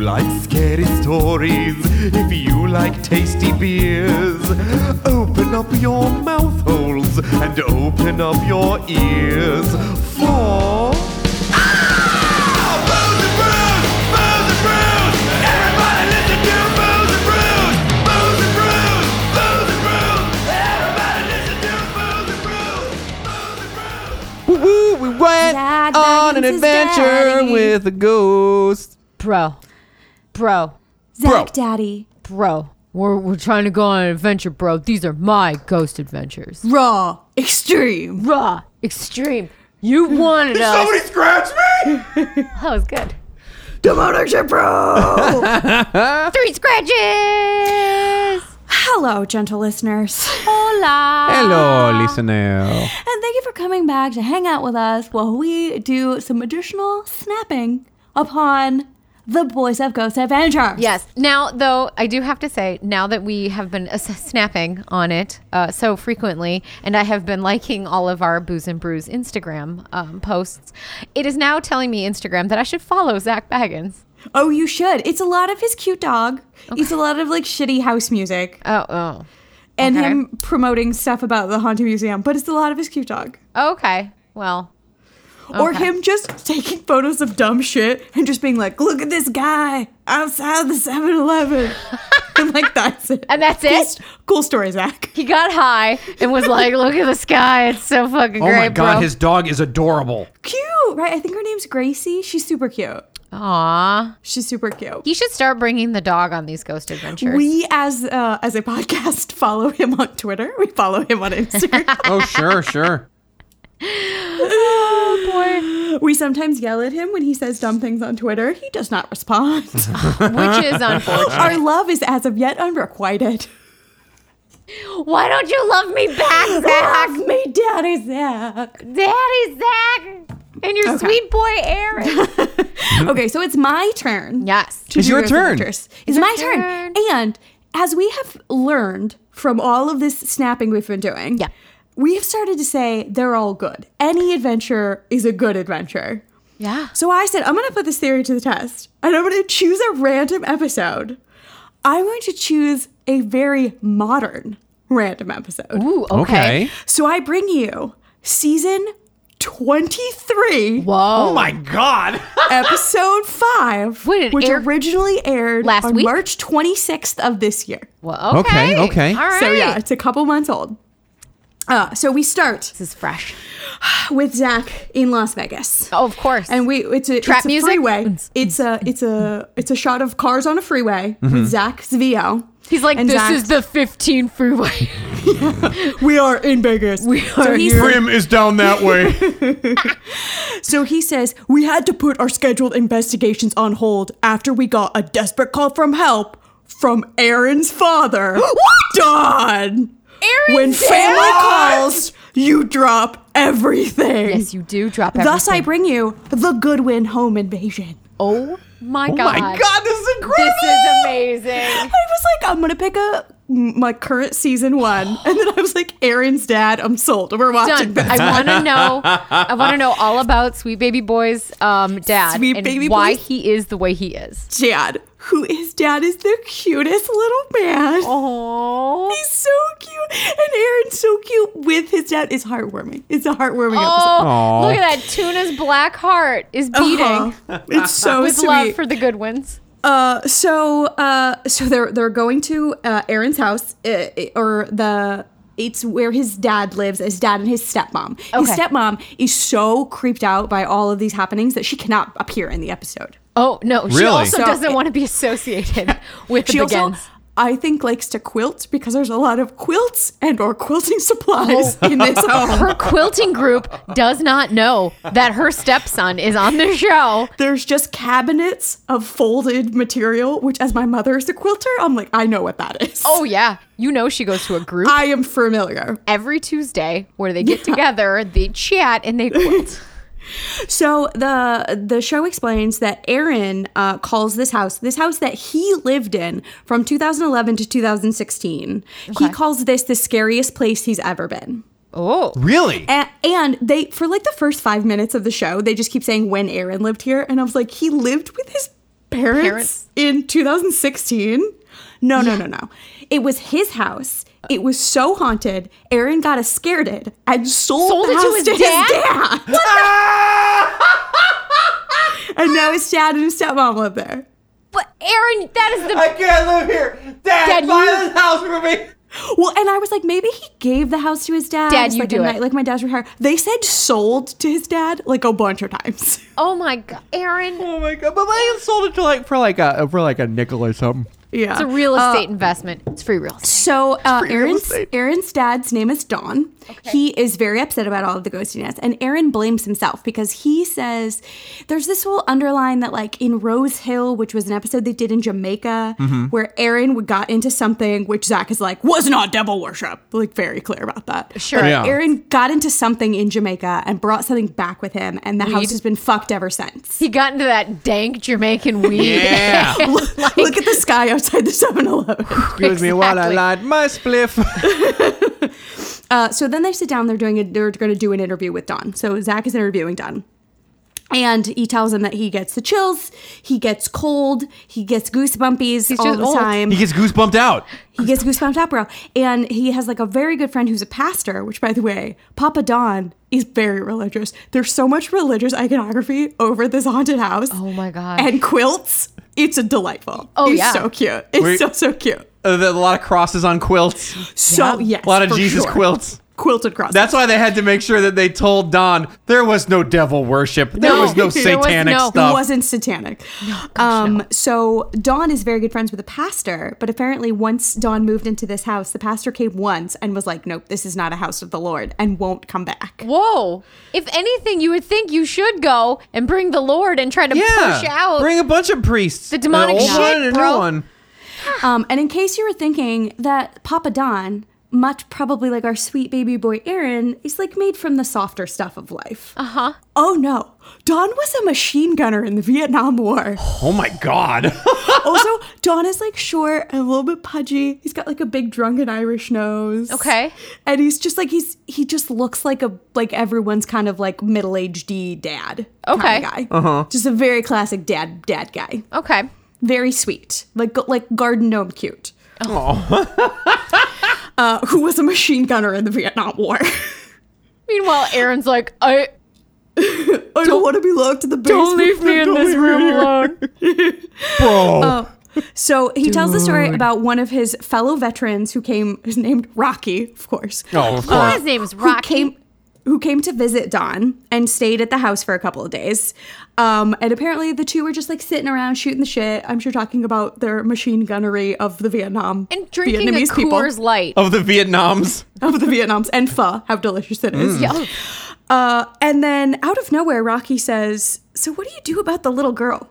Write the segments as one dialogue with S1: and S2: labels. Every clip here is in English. S1: like scary stories, if you like tasty beers, open up your mouth holes and open up your ears for.
S2: Woo-woo, we went
S3: Dad,
S2: on an
S3: Baggins is
S2: adventure
S3: daddy.
S2: with a ghost.
S4: Bro. Bro.
S3: Zach
S2: Bro.
S3: Daddy.
S4: Bro. We're, we're trying to go on an adventure, bro. These are my ghost adventures.
S3: Raw. Extreme.
S4: Raw. Extreme. You wanted us.
S1: scratch me!
S4: that was good.
S3: Demonership Bro.
S4: Three scratches.
S3: Hello, gentle listeners.
S4: Hola.
S2: Hello, listener.
S3: And thank you for coming back to hang out with us while we do some additional snapping upon the Boys of Ghost Adventure.
S4: Yes. Now, though, I do have to say, now that we have been uh, s- snapping on it uh, so frequently, and I have been liking all of our Booze and Brews Instagram um, posts, it is now telling me Instagram that I should follow Zach Baggins.
S3: Oh, you should. It's a lot of his cute dog. It's a lot of like shitty house music
S4: Oh, oh,
S3: and
S4: Okay.
S3: him promoting stuff about the haunted museum, but it's a lot of his cute dog.
S4: okay. Well,
S3: Or
S4: Okay.
S3: him just taking photos of dumb shit and just being like, look at this guy outside the 7 Eleven. And like, that's it.
S4: and that's
S3: cool,
S4: it.
S3: st- cool story, Zach.
S4: He got high and was like, "Look at the sky. It's so fucking
S5: Oh
S4: great,
S5: my god,
S4: bro."
S5: his dog is adorable.
S3: Cute, right? I think her name's Gracie. She's super cute.
S4: Aw,
S3: She's super cute.
S4: he should start bringing the dog on these ghost adventures.
S3: We as uh, as a podcast follow him on Twitter. We follow him on Instagram.
S2: Oh, sure, sure.
S3: we sometimes yell at him when he says dumb things on Twitter. He does not respond.
S4: which is unfortunate.
S3: Our love is as of yet unrequited.
S4: Why don't you love me back, Zach?
S3: Fuck me, Daddy Zach.
S4: Daddy Zach and your
S3: Okay.
S4: sweet boy Aaron.
S3: okay, so it's my turn.
S4: yes.
S3: to
S2: It's
S3: do
S2: your
S3: Earth
S2: turn.
S3: Adventures. It's, my turn. And as we have learned from all of this snapping we've been doing,
S4: Yeah.
S3: we have started to say they're all good. Any adventure is a good adventure.
S4: Yeah.
S3: So I said, I'm going to put this theory to the test and I'm going to choose a random episode. I'm going to choose a very modern random episode.
S4: Ooh, okay.
S3: So I bring you season 23,
S4: Whoa.
S5: Oh my god.
S3: episode 5,
S4: Wait, it
S3: which
S4: aired
S3: originally aired
S4: last
S3: on
S4: week?
S3: March 26th of this year.
S4: Well, okay.
S2: Okay, okay.
S4: All right.
S3: So yeah, it's a couple months old. Uh, so we start
S4: This is fresh.
S3: with Zach in Las Vegas.
S4: Oh, of course.
S3: and we it's a,
S4: Trap
S3: it's a
S4: music? Mm-hmm.
S3: freeway. It's a it's a it's a shot of cars on a freeway with Zach Zvio.
S4: he's like,
S3: and
S4: this
S3: Zach-
S4: is the 15 freeway.
S3: We are in Vegas. We
S4: are
S3: so he
S5: Grim is down that way.
S3: So he says we had to put our scheduled investigations on hold after we got a desperate call from help from Aaron's father. Don.
S4: Aaron's
S3: When family
S4: dad?
S3: calls, you drop everything.
S4: yes, you do drop everything.
S3: Thus, I bring you the Goodwin home invasion.
S4: Oh my
S5: Oh
S4: god.
S5: my god, this is
S4: This
S5: incredible.
S4: is
S3: I
S4: amazing.
S3: was like, I'm gonna pick a my current season one, and then I was like, Aaron's dad. I'm sold. We're watching
S4: Done.
S3: this.
S4: I want to know. I want to know all about Sweet Baby Boy's um, dad
S3: Sweet
S4: and
S3: Baby
S4: why
S3: Boy's-
S4: he is the way he is.
S3: Dad, who is dad, is the cutest little man.
S4: Oh.
S3: He's so cute, and Aaron's so cute with his dad. It's heartwarming. It's a heartwarming
S4: Oh,
S2: Aw.
S4: look at that. Tuna's black heart is beating
S3: episode. Uh-huh. It's so
S4: Oh, with
S3: sweet.
S4: love for the good ones.
S3: Uh, so uh, so they're they're going to uh, Aaron's house uh, or the it's where his dad lives. His dad and his stepmom. His
S4: Okay.
S3: stepmom is so creeped out by all of these happenings that she cannot appear in the episode.
S4: Oh, no. She
S2: Really?
S4: also
S3: So-
S4: doesn't want to be associated with the
S3: She also,
S4: Begins.
S3: I think, likes to quilt because there's a lot of quilts and or quilting supplies
S4: Oh.
S3: in this home.
S4: her quilting group does not know that her stepson is on the show.
S3: There's just cabinets of folded material, which, as my mother is a quilter, I'm like, I know what that is.
S4: Oh, yeah. You know she goes to a group
S3: I am familiar.
S4: every Tuesday where they get together, they chat, and they quilt.
S3: So the the show explains that Aaron uh, calls this house this house that he lived in from 2011 to 2016. He calls this the scariest place he's ever been.
S4: Oh.
S5: Really?
S3: A- and they for like the first five minutes of the show, they just keep saying when Aaron lived here, and I was like, he lived with his
S4: Parents.
S3: parents, in 2016? No, no, no, no. It was his house. It was so haunted. Aaron got a scared it and sold,
S4: Sold
S3: the
S4: it to
S3: house
S4: his
S3: to his dad.
S4: dad?
S1: Ah,
S3: and now his dad and his stepmom live there.
S4: But Aaron, that is the
S5: I can't live here. Dad,
S4: Dad,
S5: buy
S4: you-
S5: this house for me.
S3: Well, and I was like, maybe he gave the house to his dad.
S4: Dad,
S3: just
S4: you
S3: like
S4: do
S3: a
S4: it.
S3: Night, like my dad's retired. They said sold to his dad like a bunch of times.
S4: oh my god, Aaron.
S5: Oh my god! But I sold it to like for like a for like a nickel or something.
S3: yeah,
S4: It's a real
S3: Uh,
S4: estate investment. It's free real estate.
S3: So uh,
S5: real
S3: Aaron's
S5: estate.
S3: Aaron's dad's name is Don. He is very upset about all of the ghostiness, and Aaron blames himself because he says there's this whole underline that like in Rose Hill, which was an episode they did in Jamaica,
S5: Mm-hmm.
S3: where Aaron would- got into something which Zach is like was not devil worship, like very clear about that.
S4: Sure.
S3: But
S5: Yeah.
S3: Aaron got into something in Jamaica and brought something back with him, and the house
S4: Weed.
S3: has been fucked ever since.
S4: He got into that dank Jamaican weed.
S5: Yeah.
S4: And, like,
S3: Look at the sky outside the 7-Eleven.
S2: Excuse me while I
S4: Exactly.
S2: light my spliff.
S3: Uh, so then they sit down. They're doing. A, they're going to do an interview with Don. So Zach is interviewing Don, and he tells him that he gets the chills, he gets cold, he gets goosebumpies all
S4: just
S3: the
S4: old.
S3: time.
S5: He gets goosebumped out.
S3: He gets goosebumps opera, and he has like a very good friend who's a pastor. Which, by the way, Papa Don is very religious. There's so much religious iconography over this haunted house.
S4: Oh my gosh.
S3: And quilts. It's a delightful.
S4: Oh,
S3: it's
S4: yeah.
S3: so cute. It's
S5: Wait.
S3: so so cute.
S5: Uh, there- a lot of crosses on quilts.
S3: So yes,
S5: a lot of
S3: for
S5: Jesus
S3: sure.
S5: quilts.
S3: Quilted cross.
S5: That's why they had to make sure that they told Don there was no devil worship. There
S4: No.
S5: was no
S4: There was
S5: satanic
S4: no-
S5: stuff.
S3: It wasn't satanic. um, So Dawn is very good friends with a pastor, but apparently once Dawn moved into this house, the pastor came once and was like, "Nope, this is not a house of the Lord," and won't come back.
S4: Whoa. If anything, you would think you should go and bring the Lord and try to push out.
S2: Bring a bunch of priests.
S4: The demonic
S2: an old
S4: shit,
S2: one and a new
S4: bro.
S2: one.
S3: Um, and in case you were thinking that Papa Don, much probably like our sweet baby boy Aaron, is like made from the softer stuff of life. Uh huh. Oh no, Don was a machine gunner in the Vietnam War.
S5: Oh my god.
S3: also, Don is like short and a little bit pudgy. He's got like a big drunken Irish nose.
S4: Okay.
S3: And he's just like he's he just looks like a like everyone's kind of like middle aged dad. kinda
S4: Okay.
S3: guy. Uh-huh. Just a very classic dad dad guy.
S4: okay.
S3: Very sweet. Like like garden gnome cute. Oh. uh, who was a machine gunner in the Vietnam War.
S4: Meanwhile, Aaron's like, I
S3: I don't want to be locked in the basement.
S4: don't leave me in
S3: Don't
S4: this
S3: leave me
S4: room
S3: here.
S4: alone.
S5: Bro.
S3: So he tells the story about one of his fellow veterans who came, who's named Rocky, of course.
S5: oh, of
S4: Oh,
S5: course.
S4: his name's
S3: who
S4: Rocky.
S3: came who came to visit Don and stayed at the house for a couple of days. Um, and apparently the two were just like sitting around shooting the shit. I'm sure talking about their machine gunnery of the Vietnam
S4: and drinking a
S3: Vietnamese people
S4: Coors Light.
S5: of the Vietnams.
S3: of the Vietnams and pho, how delicious it is.
S4: Yeah.
S3: Uh, and then out of nowhere, Rocky says, "So what do you do about the little girl?"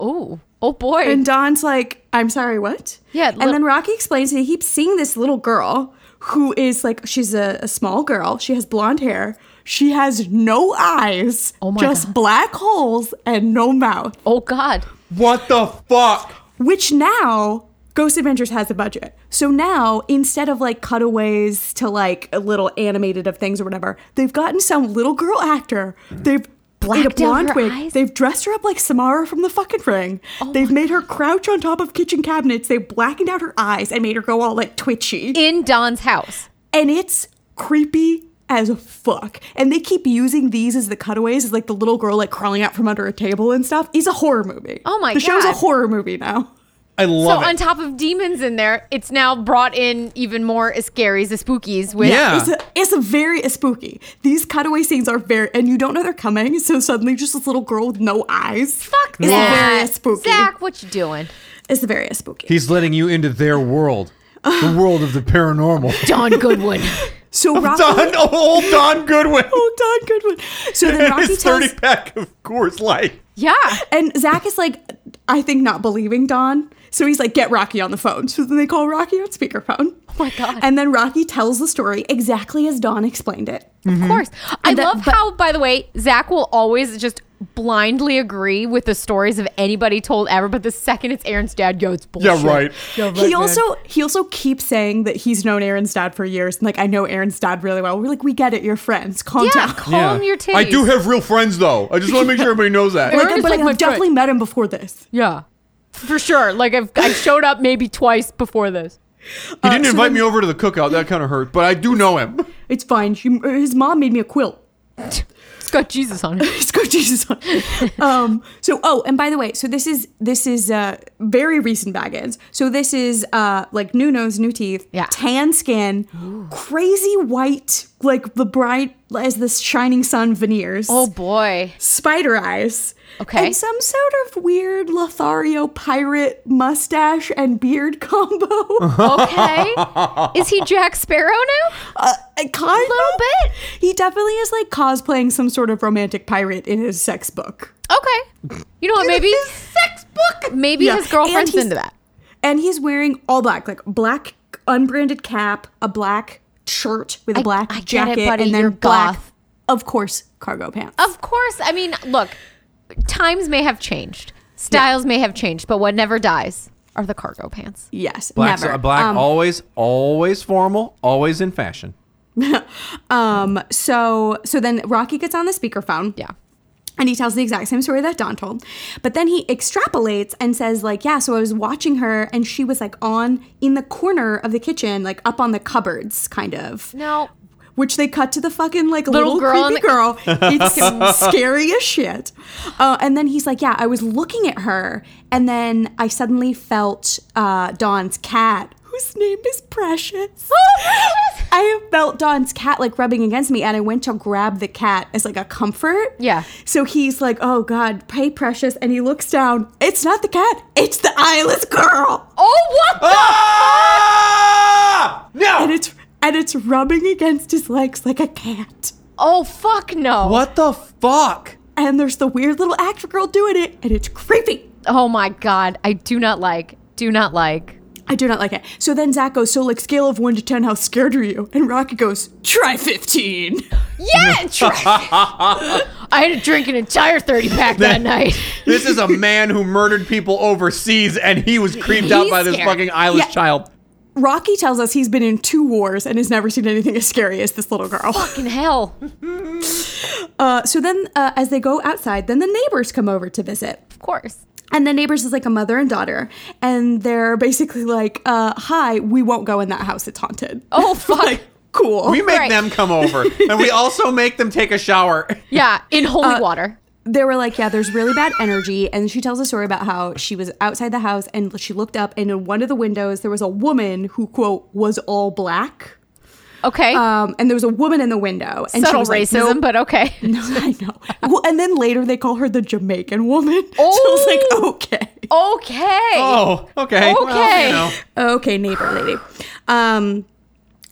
S4: Oh, oh boy.
S3: And Don's like, I'm sorry, what?
S4: Yeah,
S3: and
S4: li-
S3: then Rocky explains that he keeps seeing this little girl who is like, she's a, a small girl. She has blonde hair. She has no eyes,
S4: Oh my
S3: just
S4: God.
S3: black holes and no mouth,
S4: oh God.
S5: What the fuck?
S3: which now Ghost Adventures has a budget. So now, instead of like cutaways to like a little animated of things or whatever, they've gotten some little girl actor. They've Blacked a
S4: Blacked out
S3: blonde
S4: her
S3: wig.
S4: eyes? Oh
S3: They've dressed her up like Samara from the fucking ring. They've made her crouch on top of kitchen cabinets. They've blackened out her eyes and made her go all like twitchy.
S4: In Don's house.
S3: and it's creepy as fuck. And they keep using these as the cutaways, as like the little girl like crawling out from under a table and stuff. Is a horror movie.
S4: Oh my
S3: the The show's a
S4: God.
S3: horror movie now.
S5: I
S4: So
S5: love
S4: on
S5: it.
S4: top of demons in there, it's now brought in even more scaries, the spookies with
S5: Yeah.
S3: It's a, it's a very spooky. These cutaway scenes are very, and you don't know they're coming. So suddenly, just this little girl with no eyes.
S4: Fuck
S3: It's
S4: that.
S3: very spooky.
S4: Zach, what you doing?
S3: It's very spooky.
S5: He's letting you into their world. The world of the paranormal.
S4: Don Goodwin.
S3: So Rocky,
S5: Don, old Don Goodwin.
S3: oh Don Goodwin. So then Rocky
S5: His
S3: tells,
S5: 30 pack of Coors Light.
S4: yeah.
S3: and Zach is like, I think not believing Don. So he's like, get Rocky on the phone. So then they call Rocky on speakerphone. Oh
S4: my God.
S3: And then Rocky tells the story exactly as Dawn explained it.
S5: Mm-hmm.
S4: Of course. I
S3: that-
S4: love
S3: but-
S4: how, by the way, Zach will always just blindly agree with the stories of anybody told ever, but the second it's Aaron's dad, yo, it's bullshit.
S5: Yeah, right.
S3: he also he also keeps saying that he's known Aaron's dad for years and like I know Aaron's dad really well. We're like, we get it, you're friends. Calm
S4: Yeah,
S3: down.
S4: calm your titties.
S5: I do have real friends though. I just want to make sure everybody knows that.
S3: Like,
S4: Aaron
S3: I-
S4: is
S3: but
S4: like my
S3: I've definitely
S4: friend.
S3: met him before this.
S4: Yeah, for sure. Like I've I showed up maybe twice before this.
S5: He didn't
S3: so
S5: invite
S3: then-
S5: me over to the cookout. That kind of hurt, but I do know him.
S3: It's fine. She, his mom made me a quilt.
S4: It's got Jesus on it.
S3: It's got Jesus on. it. um, so oh, and by the way, so this is this is uh, very recent baggage. So this is uh, like new nose, new teeth,
S4: Yeah.
S3: tan skin, crazy white, like the bright as the shining sun veneers.
S4: boy.
S3: spider eyes.
S4: Oh. Okay.
S3: And some sort of weird Lothario pirate mustache and beard combo.
S4: Okay. Is he Jack Sparrow now?
S3: Uh, kind of. A little
S4: bit.
S3: He definitely is like cosplaying some sort of romantic pirate in his sex book.
S4: Okay. You know what? Maybe sex book. Maybe
S3: Yeah.
S4: his girlfriend's
S3: And he's-
S4: into that.
S3: And he's wearing all black, like black unbranded cap, a black shirt with a
S4: I-
S3: black
S4: I get it,
S3: jacket,
S4: buddy,
S3: and then
S4: you're
S3: black,
S4: goth. Oh.
S3: of course, cargo pants.
S4: Of course. I mean, look, times may have changed, styles may have changed, but what never dies are the cargo pants.
S3: yes,
S2: Black's-
S3: never.
S2: black,
S3: Um,
S2: always, always formal, always in fashion.
S3: um, so so then Rocky gets on the speakerphone.
S4: Yeah.
S3: And he tells the exact same story that Don told. But then he extrapolates and says, like, yeah, so I was watching her and she was like on in the corner of the kitchen, like up on the cupboards, kind of.
S4: No.
S3: Which they cut to the fucking like
S4: Little
S3: little,
S4: girl in
S3: creepy girl. It's scary as shit. Uh, and then he's like, yeah, I was looking at her. And then I suddenly felt uh, Don's cat, whose name is Precious.
S4: Oh,
S3: I felt Don's cat like rubbing against me, and I went to grab the cat as like a comfort.
S4: Yeah.
S3: So he's like, "Oh God, pray precious," and he looks down. It's not the cat. It's the eyeless girl,
S4: Oh, what?
S5: Ah!
S3: and
S5: No.
S3: it's and it's rubbing against his legs like a cat.
S4: Oh, fuck no.
S5: What the fuck?
S3: And there's the weird little actor girl doing it, and it's creepy.
S4: Oh my god, I do not like, do not like.
S3: I do not like it. So then Zach goes, "So like scale of one to ten, how scared are you?" And Rocky goes, "Try 15.
S4: Yeah, I had to drink an entire thirty pack that night.
S5: This is a man who murdered people overseas, and he was creeped out
S4: He's
S5: by this
S4: scared.
S5: fucking eyeless
S3: Yeah.
S5: child.
S3: Rocky tells us he's been in two wars and has never seen anything as scary as this little girl.
S4: Fucking hell.
S3: Uh, so then, uh, as they go outside, then the neighbors come over to visit.
S4: Of course.
S3: And the neighbors is like a mother and daughter, and they're basically like, uh, "Hi, we won't go in that house. It's haunted."
S4: Oh, fuck.
S3: like, cool.
S5: We make
S4: Right.
S5: them come over, and we also make them take a shower.
S4: Yeah, in holy water.
S3: they were like, "Yeah, there's really bad energy." And she tells a story about how she was outside the house and she looked up, and in one of the windows there was a woman who quote was all black.
S4: Okay.
S3: Um, and there was a woman in the window. And she
S4: Subtle
S3: was
S4: racism,
S3: like, "Nope."
S4: but okay.
S3: No, I know. Well, and then later they call her the Jamaican woman. So I was
S4: Oh.
S3: like, okay.
S4: Okay.
S5: Oh, okay. Well,
S4: Okay.
S5: you know.
S3: Oh, Okay, neighbor lady. Um,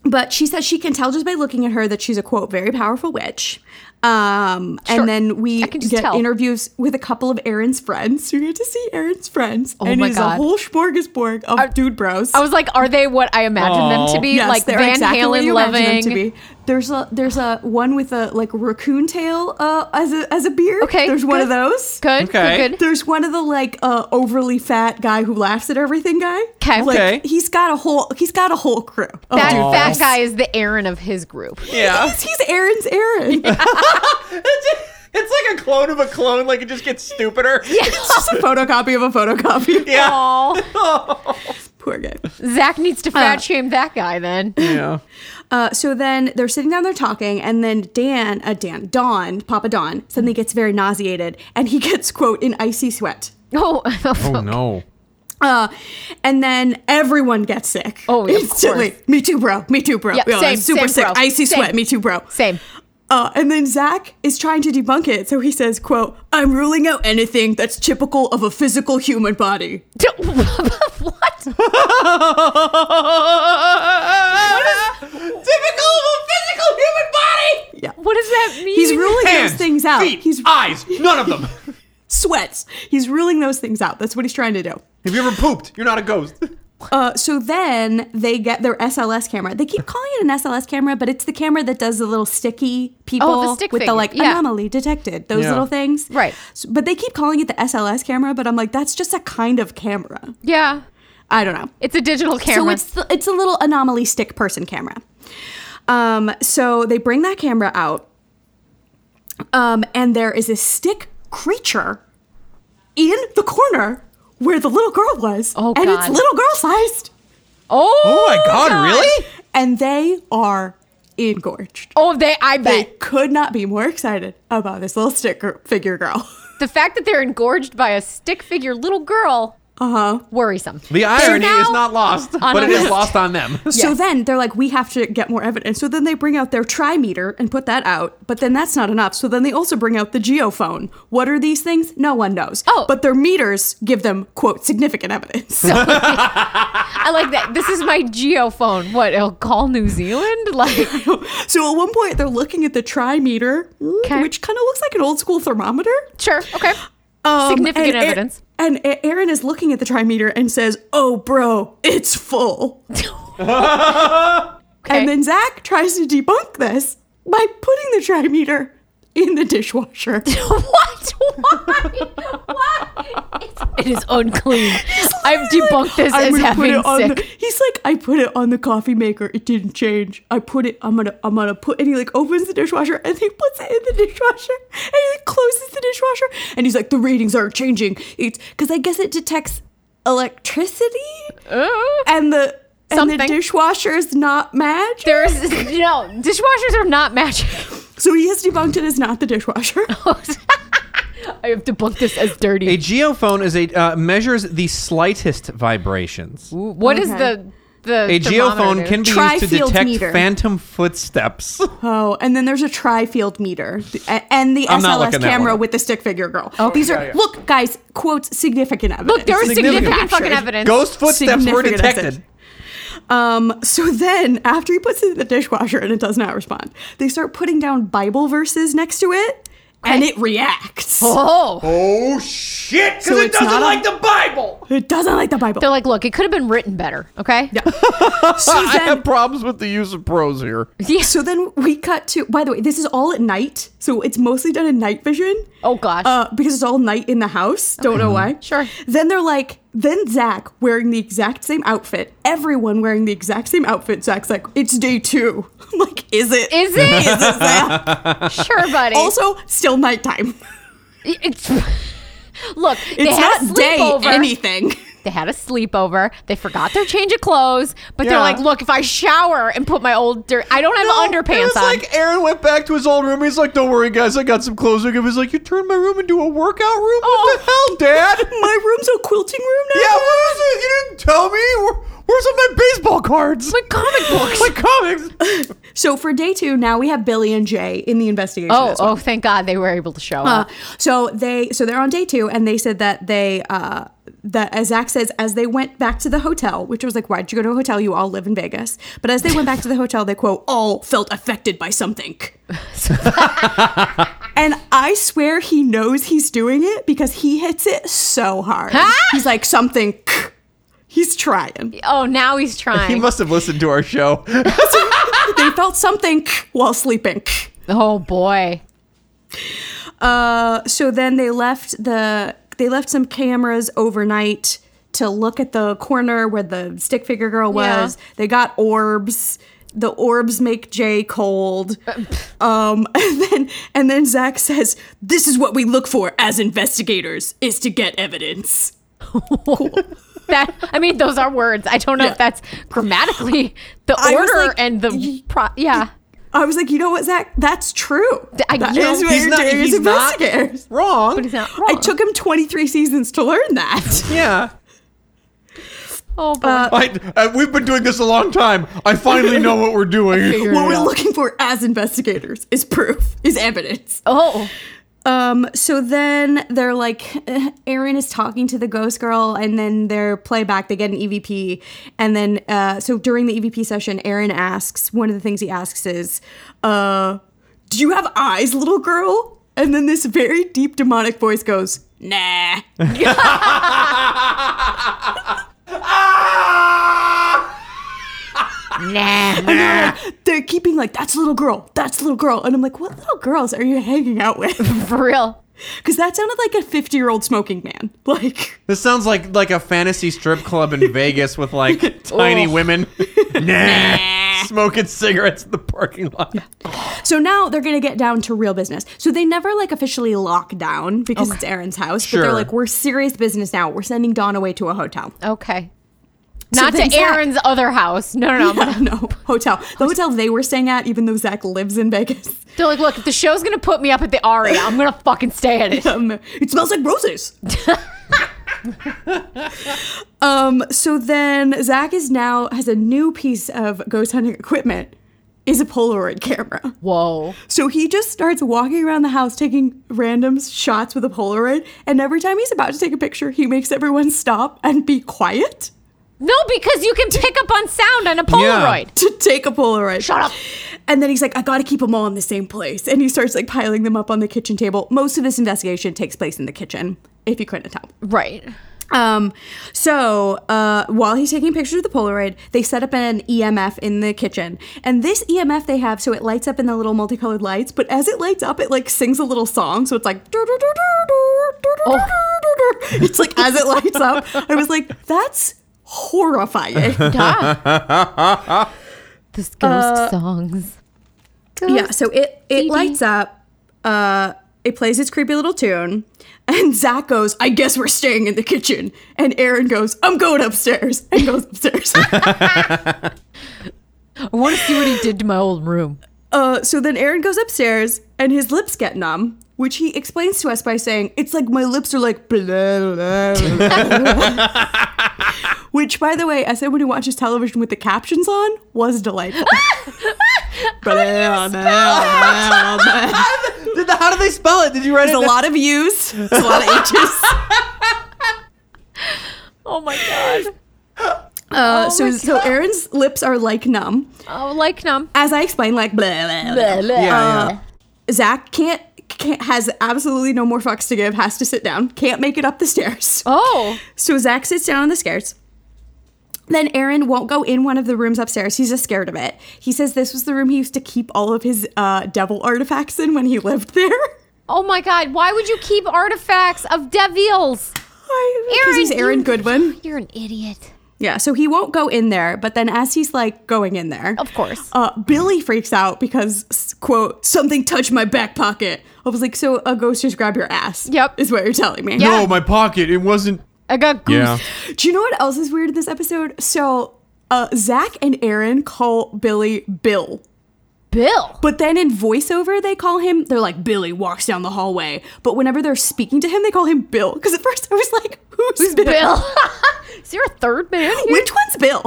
S3: but she says she can tell just by looking at her that she's a quote very powerful witch. Um,
S4: Sure.
S3: and then we
S4: I can just
S3: get
S4: tell.
S3: interviews with a couple of Aaron's friends. So you get to see Aaron's friends, oh and
S4: my
S3: it's
S4: God.
S3: a whole smorgasbord of dude bros.
S4: I was like, are they what I imagine them
S5: Oh.
S4: to be?
S3: Yes,
S4: like
S3: they're
S4: Van
S3: exactly what
S4: Halen
S3: you imagine them
S4: loving.
S3: to be. There's a there's a one with a like raccoon tail uh, as a as a beard.
S4: Okay,
S3: there's one of
S4: good.
S3: those.
S4: Good.
S5: Okay.
S4: Good. good.
S3: There's one of the like uh, overly fat guy who laughs at everything guy.
S4: 'Kay.
S3: Like,
S5: Okay.
S3: He's got a whole he's got a whole crew.
S5: Oh.
S3: of
S4: That
S3: dudes.
S4: fat guy is the Aaron of his group.
S5: Yeah.
S3: He's, he's Aaron's Aaron.
S5: It's like a clone of a clone. Like it just gets stupider.
S3: It's just a photocopy of a photocopy.
S5: Yeah.
S4: Aw.
S3: Poor guy.
S4: Zach needs to fat shame that guy then.
S5: Yeah.
S3: Uh, so then they're sitting down, they're talking, and then Dan, uh, Dan, Don, Papa Don, suddenly gets very nauseated, and he gets quote an icy sweat.
S4: Oh,
S5: Oh no.
S3: Uh, and then everyone gets sick.
S4: Oh, yeah, of
S3: instantly.
S4: course.
S3: Me too, bro. Me too, bro.
S4: Yeah, same, same,
S3: super sick.
S4: bro.
S3: Icy
S4: Same.
S3: sweat. Me too, bro.
S4: Same.
S3: Uh, and then Zach is trying to debunk it, so he says, "quote I'm ruling out anything that's typical of a physical human body."
S4: what?
S5: Typical of a physical human body.
S3: Yeah,
S4: What does that mean?
S3: he's ruling
S5: Hands,
S3: those things out.
S5: Feet,
S3: he's
S5: eyes. None of them.
S3: sweats. He's ruling those things out. That's what he's trying to do.
S5: Have you ever pooped? You're not a ghost.
S3: Uh, so then they get their SLS camera. They keep calling it an SLS camera, but it's the camera that does the little sticky people
S4: Oh, the stick
S3: with the
S4: thing.
S3: like
S4: Yeah.
S3: anomaly detected, those
S5: Yeah.
S3: little things.
S4: Right.
S3: So- but they keep calling it the SLS camera, but I'm like, that's just a kind of camera.
S4: Yeah.
S3: I don't know.
S4: It's a digital camera.
S3: So it's the, it's a little anomaly stick person camera. Um, so they bring that camera out, um, and there is a stick creature in the corner where the little girl was,
S4: Oh,
S3: and
S4: God.
S3: it's little girl sized,
S4: oh,
S5: Oh my god, really?
S3: and they are engorged.
S4: Oh, they. I
S3: They
S4: bet
S3: could not be more excited about this little stick gr- figure girl.
S4: the fact that they're engorged by a stick figure little girl.
S3: Uh-huh.
S4: Uh huh. Worrisome.
S5: The irony
S4: now
S5: is not lost,
S4: on
S5: but
S4: a
S5: it is
S4: list.
S5: lost on them.
S3: So
S4: Yes.
S3: then they're like, we have to get more evidence. So then they bring out their trimeter and put that out, but then that's not enough. So then they also bring out the geophone. What are these things? No one knows.
S4: Oh.
S3: But their meters give them, quote, significant evidence.
S4: I like that. This is my geophone. What? It'll call New Zealand? Like,
S3: so at one point they're looking at the trimeter,
S4: Okay.
S3: which kind of looks like an old school thermometer.
S4: sure. Okay.
S3: Um,
S4: Significant
S3: and A-
S4: evidence.
S3: and A- Aaron is looking at the trimeter and says, Oh, bro, it's full. And then Zach tries to debunk this by putting the trimeter in the dishwasher.
S4: what? Why? Why? It's, it is unclean. I've debunked this
S3: I'm
S4: as
S3: gonna put
S4: having
S3: it on
S4: sick.
S3: the, he's like i put it on the coffee maker it didn't change i put it i'm gonna i'm gonna put and he like opens the dishwasher and he puts it in the dishwasher and he like closes the dishwasher and he's like the ratings aren't changing it's because i guess it detects electricity
S4: Oh.
S3: and the and the
S4: Something.
S3: dishwasher is not magic
S4: There's no dishwashers are not magic.
S3: so he has debunked it as not the dishwasher
S4: I have debunked this as dirty.
S5: A geophone is a uh, measures the slightest vibrations.
S4: What is
S3: Okay.
S4: the the
S5: A geophone
S4: thermometer?
S5: can be used to
S3: Tri-field
S5: detect
S3: meter.
S5: phantom footsteps.
S3: oh and then there's a tri-field meter the- a- and the
S5: I'm not
S3: sls
S5: looking that one
S3: camera
S5: up.
S3: with the stick figure girl these are
S5: yeah.
S3: look guys quotes significant evidence
S4: Look, there is significant,
S5: Significant.
S4: fucking evidence.
S5: Ghost footsteps were
S3: Significant
S5: detected.
S3: Um, so then, after he puts it in the dishwasher and it does not respond, they start putting down Bible verses next to it, and it reacts.
S4: Oh.
S5: Oh shit! Because
S3: So it it's doesn't not a- like
S5: the Bible.
S3: It doesn't like the Bible.
S4: They're like, look, it could have been written better. Okay. Yeah.
S3: so,
S5: I
S3: then,
S5: have problems with the use of prose here.
S3: so then we cut to. By the way, this is all at night, so it's mostly done in night vision.
S4: Oh gosh. Mm-hmm.
S3: Uh, because it's all night in the house. Don't know why.
S4: Sure.
S3: Then they're like, then Zach wearing the exact same outfit, everyone wearing the exact same outfit. Zach's like, it's day two. I'm like, is it?
S4: Is
S3: Is
S4: it?
S3: it Zach?
S4: sure, buddy.
S3: also, still nighttime.
S4: it's look. they
S3: It's
S4: had a
S3: not day
S4: sleepover.
S3: anything.
S4: they had a sleepover. They forgot their change of clothes, but they're
S5: Yeah.
S4: like, look, if I shower and put my old dirt, I don't have
S5: it
S4: underpants
S5: was
S4: on.
S5: like Aaron went back to his old room. He's like, "Don't worry, guys, I got some clothes." I was like, "You turned my room into a workout room?
S4: Oh.
S5: What the hell, Dad?"
S3: My room's a quilting room now.
S5: Yeah, what is it? You didn't tell me. Where, where's all my baseball cards? My
S4: comic books.
S5: my comics.
S3: So for day two, now we have Billy and Jay in the investigation.
S4: oh,
S3: as well.
S4: oh, thank God they were able to show
S3: Uh,
S4: up.
S3: so they so they're on day two, and they said that they uh, that as Zach says, as they went back to the hotel, which was like, why'd you go to a hotel? You all live in Vegas. But as they went back to the hotel, they quote all felt affected by something. and I swear he knows he's doing it because he hits it so hard.
S4: Ah!
S3: He's like something. He's trying.
S4: oh, now he's trying.
S5: He must have listened to our show.
S3: they felt something while sleeping.
S4: oh boy.
S3: Uh, so then they left the they left some cameras overnight to look at the corner where the stick figure girl
S4: Yeah.
S3: was. They got orbs. The orbs make Jay cold. Um, and then and then Zach says, "This is what we look for as investigators: is to get evidence."
S4: That I mean, those are words. I don't know
S3: Yeah.
S4: if that's grammatically the
S3: I was
S4: order
S3: like,
S4: and the
S3: y-
S4: pro. Yeah.
S3: I was like, you know what, Zach? That's true.
S4: D- I-
S3: That
S4: you know,
S3: is what
S4: he's
S3: you're
S5: not-
S3: doing as
S5: he's not-
S3: investigators.
S5: Wrong.
S4: But he's not
S3: I
S4: wrong.
S3: took him 23 seasons to learn that.
S5: yeah.
S4: Oh boy.
S5: I, uh, we've been doing this a long time. I finally know what we're doing.
S3: what we're looking for as investigators is proof, is evidence.
S4: oh.
S3: Um, so then they're like, eh, Aaron is talking to the ghost girl, and then their playback, they get an EVP. And then, uh, so during the EVP session, Aaron asks, one of the things he asks is, uh, Do you have eyes, little girl? And then this very deep demonic voice goes, Nah.
S4: Nah.
S3: They're keeping like, that's little girl, that's little girl. And I'm like, what little girls are you hanging out with?
S4: For real.
S3: Because that sounded like a 50 year old smoking man. Like,
S5: This sounds like like a fantasy strip club in Vegas with like tiny women. nah. Smoking cigarettes in the parking lot.
S3: so now they're going to get down to real business. So they never like officially lock down because it's Aaron's house, but
S5: Sure.
S3: they're like, we're serious business now. We're sending Dawn away to a hotel.
S4: Okay.
S3: So
S4: Not
S3: then
S4: to
S3: Zach-
S4: Aaron's other house. No, no, no. I'm
S3: Yeah, no, hotel. The hotel they were staying at, even though Zach lives in Vegas.
S4: They're like, look, if the show's gonna put me up at the Aria, I'm gonna fucking stay at it.
S3: Um, it smells like roses. um, so then Zach is now has a new piece of ghost hunting equipment is a Polaroid camera.
S4: Whoa.
S3: So he just starts walking around the house taking random shots with a Polaroid, and every time he's about to take a picture, he makes everyone stop and be quiet
S4: No, because you can pick up on sound on a Polaroid.
S3: to take a Polaroid.
S4: Shut up.
S3: And then he's like, I gotta keep them all in the same place. And he starts like piling them up on the kitchen table. Most of this investigation takes place in the kitchen, if you couldn't tell.
S4: Right.
S3: Um, so uh, while he's taking pictures of the Polaroid, they set up an EMF in the kitchen, and this EMF they have so it lights up in the little multicolored lights. But as it lights up, it like sings a little song, so it's like. It's like as it lights up, I was like, "That's horrifying."
S4: Duh. this ghost songs.
S3: Uh, yeah, so it it
S4: CD.
S3: lights up. Uh, it plays its creepy little tune, and Zach goes, "I guess we're staying in the kitchen." And Aaron goes, "I'm going upstairs," and goes upstairs.
S4: I want to see what he did to my old room.
S3: Uh, so then Aaron goes upstairs and his lips get numb, which he explains to us by saying, It's like my lips are like, blah, blah, blah." which, by the way, as someone who watches television with the captions on, was delightful. Blah, blah, blah.
S5: Did the- how do they spell it? Did you write
S3: There's a lot of U's, it's a lot of H's.
S4: Oh my god.
S3: Uh,
S4: Oh
S3: so,
S4: my
S3: so Aaron's lips are like numb.
S4: Oh, like numb.
S3: As I explained, like, blah, blah, blah.
S4: Uh,
S5: yeah.
S3: Zach can't, can't, has absolutely no more fucks to give, has to sit down, can't make it up the stairs.
S4: Oh.
S3: So Zach sits down on the stairs. Then Aaron won't go in one of the rooms upstairs. He's just scared of it. He says this was the room he used to keep all of his uh, devil artifacts in when he lived there.
S4: Oh my god. Why would you keep artifacts of devils?
S3: Because he's Aaron
S4: you-
S3: Goodwin.
S4: You're an idiot.
S3: Yeah, so he won't go in there. But then as he's like going in there,
S4: Of course.
S3: uh, Billy freaks out because s- quote something touched my back pocket. I was like, so a ghost just grabbed your ass.
S4: Yep.
S3: is what you're telling me.
S4: Yeah.
S5: Oh, my pocket. It wasn't.
S4: I got goose.
S5: Yeah.
S3: Do you know what else is weird in this episode? So uh, Zach and Aaron call Billy Bill.
S4: Bill.
S3: But then in voiceover, they call him, they're like, Billy walks down the hallway. But whenever they're speaking to him, they call him Bill. Because at first I was like, who's, Bill?
S4: Bill. Is there a third man? here?
S3: Which one's Bill?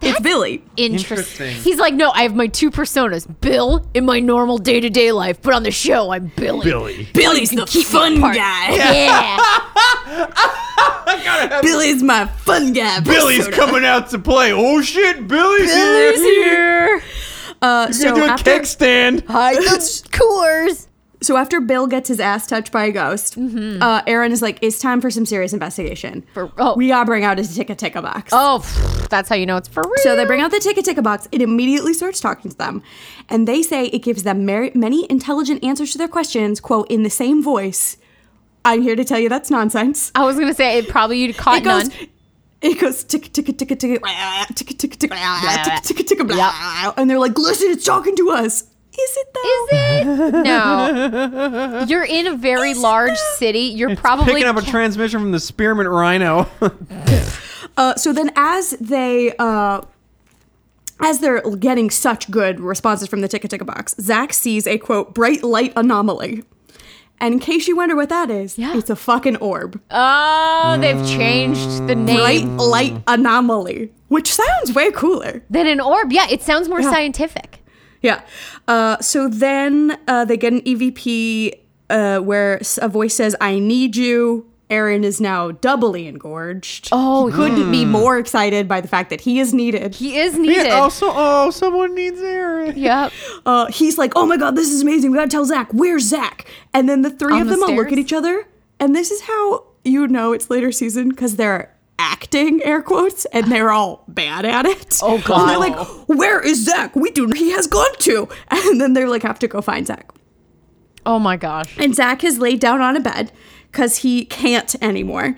S3: it's Billy.
S4: Interesting.
S5: Interesting.
S4: He's like, no, I have my two personas: Bill in my normal day to day life, but on the show, I'm Billy.
S5: Billy.
S3: Billy's the fun guy.
S4: Yeah.
S3: Billy's my fun guy.
S5: Billy's
S3: persona.
S5: coming out to play. Oh shit, Billy's,
S3: Billy's
S5: here.
S3: here. Uh,
S5: He's
S3: so,
S5: gonna do a
S3: after,
S5: keg stand.
S4: Hi, Coors.
S3: so after Bill gets his ass touched by a ghost, uh, Aaron is like, it's time for some serious investigation.
S4: Mm-hmm. For- oh.
S3: We gotta bring out his ticket ticket box.
S4: Oh, pff, that's how you know it's for real.
S3: So they bring out the ticket ticket box. It immediately starts talking to them, and they say it gives them mer- many intelligent answers to their questions. Quote in the same voice. I'm here to tell you that's nonsense.
S4: I was gonna say it probably you'd caught
S3: It goes.
S4: none.
S3: It goes tick tick tick tick tick tick tick tick tick tick tick tick
S4: Yep.
S3: blah, and they're like, listen, it's talking to us. Is it though?
S4: Is it? No. You're in a very large city. You're probably
S2: Picking up a transmission from the spearmint rhino.
S3: Uh, so then, as they uh, as they're getting such good responses from the ticket ticket box, Zach sees a quote bright light anomaly. And in case you wonder what that is,
S4: Yeah.
S3: it's a fucking orb.
S4: Oh, they've changed the name.
S3: Bright light anomaly, which sounds way cooler.
S4: Then an orb. Yeah, it sounds more scientific.
S3: Yeah. Uh, so then uh, they get an EVP uh, where s- a voice says, I need you. Aaron is now doubly engorged.
S4: Oh,
S3: Could be more excited by the fact that he is needed.
S4: he is needed.
S5: Yeah, also, oh, someone needs Aaron.
S4: yep.
S3: uh, he's like, "Oh my god, this is amazing! We gotta tell Zach. Where's Zach?" And then the three
S4: On
S3: of
S4: the
S3: them all look
S4: stairs?
S3: at each other, And this is how you know it's later season because they're acting air quotes and they're all bad at it. Oh god. And they're like, "Where is Zach? We do he has gone to." And then they're like have to go find Zach.
S4: Oh my gosh.
S3: And Zach has laid down on a bed because he can't anymore.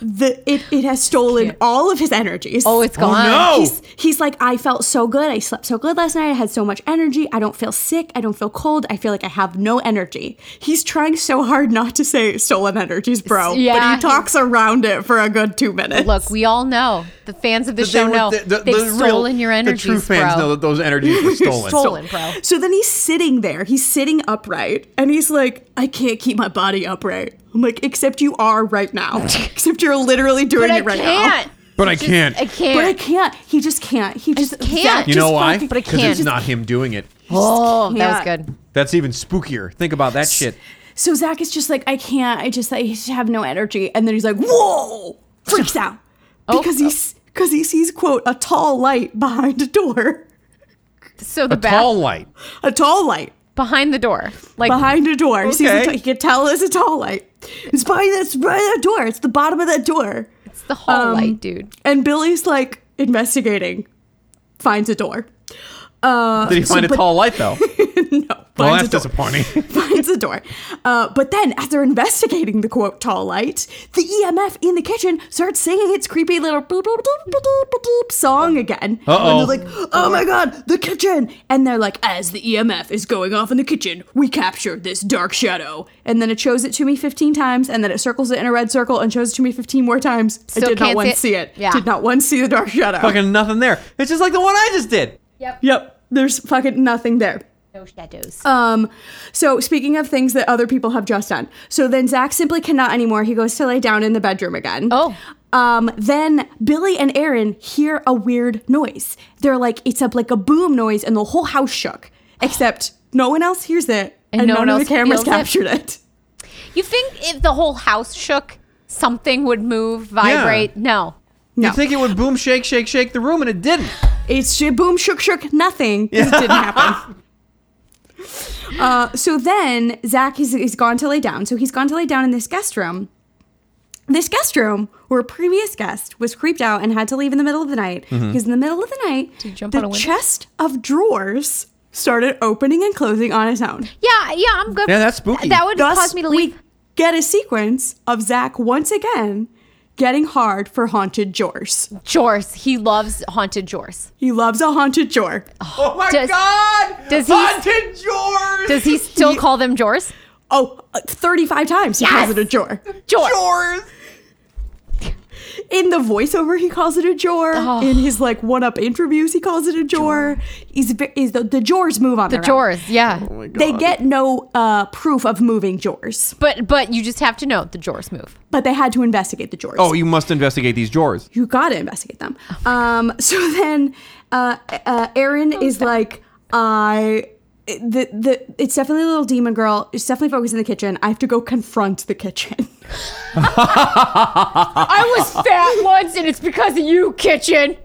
S3: the it, it has stolen all of his energies.
S4: Oh, it's gone.
S5: no.
S3: He's, he's like, I felt so good. I slept so good last night. I had so much energy. I don't feel sick. I don't feel cold. I feel like I have no energy. He's trying so hard not to say stolen energies, bro.
S4: yeah,
S3: but he talks around it for a good two minutes.
S4: Look, we all know the fans of the
S5: They
S4: show
S5: were-
S4: know
S5: the- the-
S4: they've
S5: the real-
S4: stolen your energies,
S5: The true fans
S4: bro.
S5: know that those energies were stolen.
S4: stolen, bro.
S3: So then he's sitting there, he's sitting upright, and he's like, I can't keep my body upright. I'm like, except you are right now. except you're literally doing
S4: But I
S3: it right
S4: can't.
S5: But I
S4: Just-
S5: can't.
S4: I can't.
S3: now. But I can't. He just can't. He just
S4: can't.
S3: Zach
S5: you
S3: just
S5: know why?
S3: fucking-
S4: But I
S5: Because it's
S4: can't.
S5: not him doing it.
S4: oh, that was
S3: can't.
S4: good.
S5: That's even spookier. Think about that shit.
S3: So Zach is just like, I can't. I just, I just have no energy. And then he's like, whoa,
S5: Oh.
S3: freaks out because he's because he sees quote a tall light behind a door,
S4: So the
S5: A tall
S4: bath
S5: light.
S3: a tall light
S4: behind the door, like
S3: behind a door. He sees a
S5: Okay.
S3: t- he can tell it's a tall light. It's behind that's behind that door. It's the bottom of that door.
S4: it's the hall
S3: Um,
S4: light, dude.
S3: And Billy's like investigating, finds a door. Uh,
S5: Did he
S3: so-
S5: find a
S3: but-
S5: tall light though?
S3: No,
S5: Well,
S3: finds
S5: that's
S3: a door.
S5: disappointing.
S3: finds a door. Uh, but then, as they're investigating the quote tall light, the EMF in the kitchen starts singing its creepy little boop, boop, boop, boop, boop, boop, boop song again.
S5: Uh-oh.
S3: And they're like, oh my god, the kitchen! And they're like, as the EMF is going off in the kitchen, we capture this dark shadow. And then it shows it to me 15 times, and then it circles it in a red circle and shows it to me 15 more times.
S4: Still
S3: I did not
S4: can't
S3: once
S4: see
S3: see
S4: it.
S3: it.
S4: Yeah.
S3: Did not once see the dark shadow.
S5: Fucking nothing there. It's just like the one I just did.
S3: Yep. There's fucking nothing there.
S4: No shadows.
S3: Um, so speaking of things that other people have just done, so then Zach simply cannot anymore. He goes to lay down in the bedroom again.
S4: Oh.
S3: Um, then Billy and Aaron hear a weird noise. They're like, it's up like a boom noise, and the whole house shook. Except no one else hears it,
S4: And
S3: and,
S4: no one
S3: none of the
S4: else
S3: cameras
S4: feels it.
S3: captured it.
S4: you think if the whole house shook, something would move, vibrate? No.
S3: No,
S5: You think it would boom, shake, shake, shake the room, and it didn't.
S3: It's sh- boom, shook, shook, nothing. It didn't happen. uh, so then Zach is, is gone to lay down. So he's gone to lay down in this guest room. This guest room where a previous guest was creeped out and had to leave in the middle of the night because in the middle of the night,
S4: he jump
S3: the
S4: out a window?
S3: chest of drawers started opening and closing on its own.
S4: Yeah, yeah, I'm good.
S5: Yeah, that's spooky.
S4: That would
S3: Thus,
S4: cause me to leave.
S3: we get a sequence of Zach once again getting hard for haunted drawers.
S4: Jors. He loves haunted Jors.
S3: He loves a haunted drawer.
S5: Oh my
S4: Does-
S5: god!
S4: does he-
S5: haunted George?
S4: Does he still call them Jors?
S3: Oh, uh, 35 times he calls
S4: Yes!
S3: it a drawer.
S4: Jor.
S5: George?
S3: In the voiceover, he calls it a jor. In his like one-up interviews, he calls it a jor. He's ve- is the, the jors move on
S4: The
S3: their own.
S4: Jors. Yeah.
S5: Oh
S3: They get no uh, proof of moving jors,
S4: But but you just have to know the Jors move.
S3: but they had to investigate the jors.
S5: Oh, you must investigate these drawers.
S3: you got to investigate them. um, so then, uh, uh, Aaron is like, I. The, the it's definitely a little demon girl. It's definitely focused in the kitchen. I have to go confront the kitchen.
S4: I was fat once, and it's because of you, kitchen.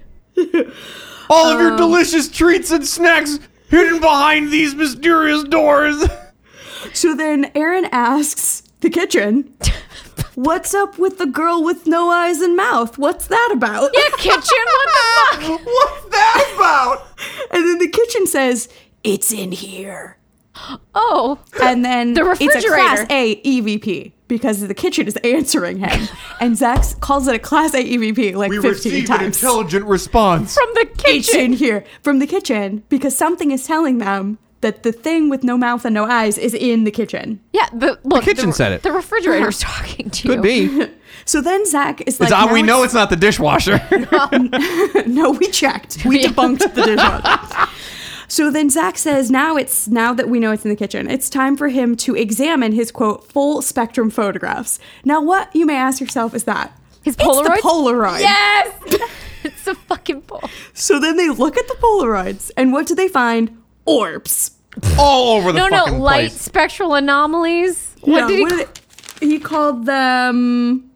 S5: All of
S4: Um,
S5: your delicious treats and snacks hidden behind these mysterious doors.
S3: So then Aaron asks the kitchen, What's up with the girl with no eyes and mouth? What's that about?
S4: Yeah, kitchen. What the fuck?
S5: What's that about?
S3: And then the kitchen says, It's in here.
S4: Oh,
S3: And then
S4: The
S3: it's a Class
S4: refrigerator.
S3: A EVP because the kitchen is answering him. and Zach calls it a Class A EVP like
S5: We
S3: 15
S5: received an
S3: times.
S5: intelligent response.
S4: from the
S3: It's
S4: kitchen.
S3: in here from the kitchen because something is telling them that the thing with no mouth and no eyes is in the kitchen.
S4: Yeah, the look.
S5: kitchen
S4: the,
S5: said it.
S4: The refrigerator's talking to you.
S5: Could be.
S3: So then Zach is like,
S5: It's odd
S3: "Now
S5: we know it's not the dishwasher.
S3: No, we checked. We debunked the dishwasher. So then Zach says, now it's now that we know it's in the kitchen, it's time for him to examine his quote full spectrum photographs. Now, what you may ask yourself is that
S4: His
S3: It's the
S4: Polaroid.
S3: Polaroid.
S4: Yes. it's the fucking Polaroid.
S3: So then they look at the Polaroids, and what do they find? Orbs.
S5: All over the
S4: No, no,
S5: fucking
S4: light
S5: place.
S4: spectral anomalies. What
S3: Yeah,
S4: did he?
S3: do they- he called them?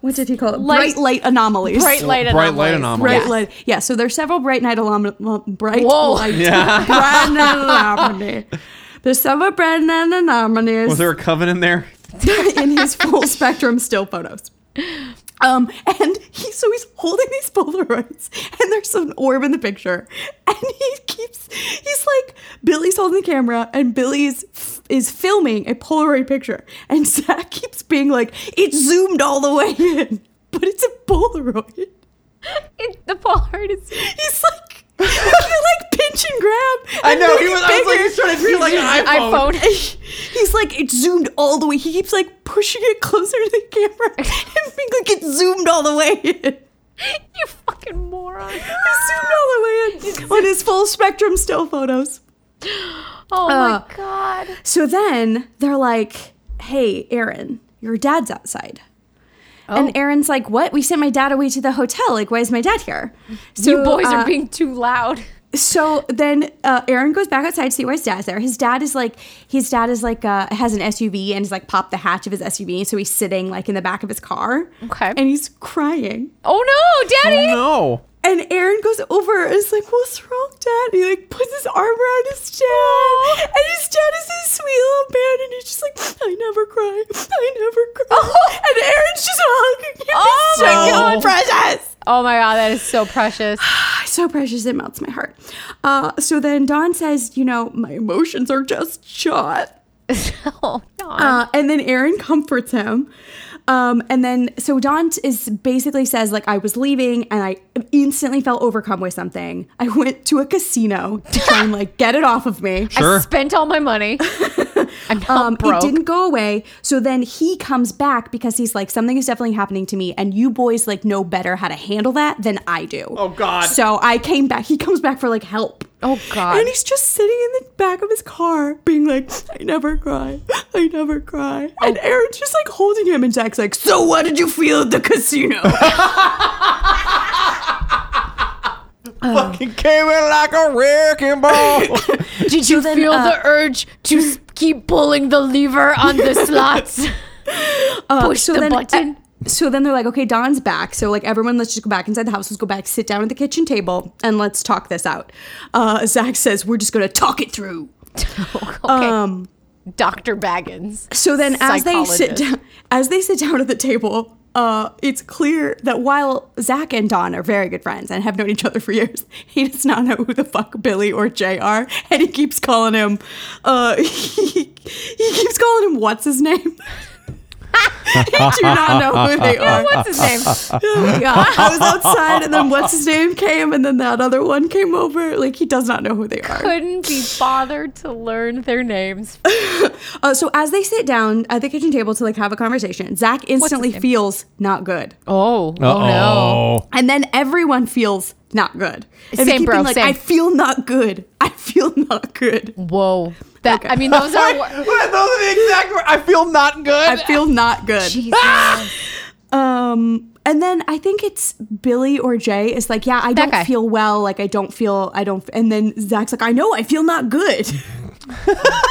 S3: What did he call it?
S4: Light-
S3: bright light anomalies.
S4: bright light
S5: Bright
S4: anomalies.
S5: light anomalies.
S3: Bright
S4: Yeah.
S3: light. Yeah. So there's several bright night alarm. well, Bright
S4: Whoa.
S3: light. Bright night alarm. There's several bright night anomalies.
S5: Was there a coven in there?
S3: in his full spectrum still photos. Um, and he so he's holding these Polaroids, and there's an orb in the picture, and he keeps he's like Billy's holding the camera, and Billy's f- is filming a Polaroid picture, and Zach keeps being like, "It's zoomed all the way in, but it's a Polaroid."
S4: It, the Polaroid is.
S3: He's like, they like pinch and grab.
S5: I
S3: and
S5: know
S3: make
S5: he
S3: it
S5: was. I was like,
S3: bigger.
S5: he's trying to treat it like an iPhone.
S4: iPhone.
S3: He's like, it zoomed all the way. He keeps like pushing it closer to the camera and being like, it zoomed all the way in.
S4: you fucking moron.
S3: It zoomed all the way in on his full spectrum still photos.
S4: Oh
S3: Uh,
S4: my god.
S3: So then they're like, hey, Aaron, your dad's outside.
S4: Oh.
S3: And Aaron's like, what? We sent my dad away to the hotel. Like, why is my dad here? So,
S4: you boys
S3: uh,
S4: are being too loud.
S3: So then uh, Aaron goes back outside to see why his dad's there. His dad is like, his dad is like, uh, has an SUV and he's like popped the hatch of his SUV. So he's sitting like in the back of his car.
S4: Okay.
S3: And he's crying.
S4: Oh no, Daddy!
S5: No.
S3: And Aaron goes over and is like, what's wrong, dad? And he like puts his arm around his dad. And his dad is this sweet little man. And he's just like, I never cry. I never cry. And Aaron's just hugging him.
S4: Oh
S3: It's
S4: my
S3: so
S4: God.
S3: precious.
S4: Oh my god, that is so precious.
S3: so precious it melts my heart. Uh, so then Don says, you know, my emotions are just shot.
S4: oh no.
S3: Uh, and then Aaron comforts him. Um, and then so Don t- is basically says like I was leaving and I instantly felt overcome with something. I went to a casino to try and like get it off of me.
S4: I spent all my money. I'm not
S3: Um, it
S4: broke.
S3: didn't go away. So then he comes back because he's like, something is definitely happening to me, and you boys like know better how to handle that than I do.
S5: Oh, God.
S3: So I came back. He comes back for like help.
S4: Oh, God.
S3: And he's just sitting in the back of his car, being like, I never cry. I never cry. And Aaron's just like holding him, and Zach's like, So what did you feel at the casino?
S5: Fucking came in like a wrecking ball.
S4: Oh, Did you feel
S3: uh,
S4: the urge to s- keep pulling the lever on the slots? Push
S3: Uh, so
S4: the
S3: then- uh,
S4: button.
S3: so then they're like, okay, Don's back. So like everyone, let's just go back inside the house. Let's go back, sit down at the kitchen table, and let's talk this out. Uh, Zach says we're just gonna talk it through.
S4: okay.
S3: Um,
S4: Dr. Baggins.
S3: so then as they sit
S4: Psychologist.
S3: down, as they sit down at the table, uh, it's clear that while Zach and Don are very good friends and have known each other for years, he does not know who the fuck Billy or Jay are, and he keeps calling him. Uh, he, he keeps calling him what's his name. I do not know who they are.
S4: What's his name?
S3: yeah, I was outside, and then what's his name came, and then that other one came over. Like he does not know who they are.
S4: Couldn't be bothered to learn their names.
S3: Uh, so as they sit down at the kitchen table to like have a conversation, Zach instantly
S4: name?
S3: feels not good,
S4: Oh, oh no.
S3: and then everyone feels not good. And they
S4: Same,
S3: keep
S4: bro,
S3: being Like
S4: same.
S3: I feel not good. I feel not good.
S4: Whoa. That I mean those are wor-
S5: Wait, those are the exact words. I feel not good.
S3: I feel not good.
S4: Jesus.
S3: Um, and then I think it's Billy or Jay is like, yeah, I don't
S4: guy.
S3: feel well. Like I don't feel. I don't. And then Zach's like, I know. I feel not good.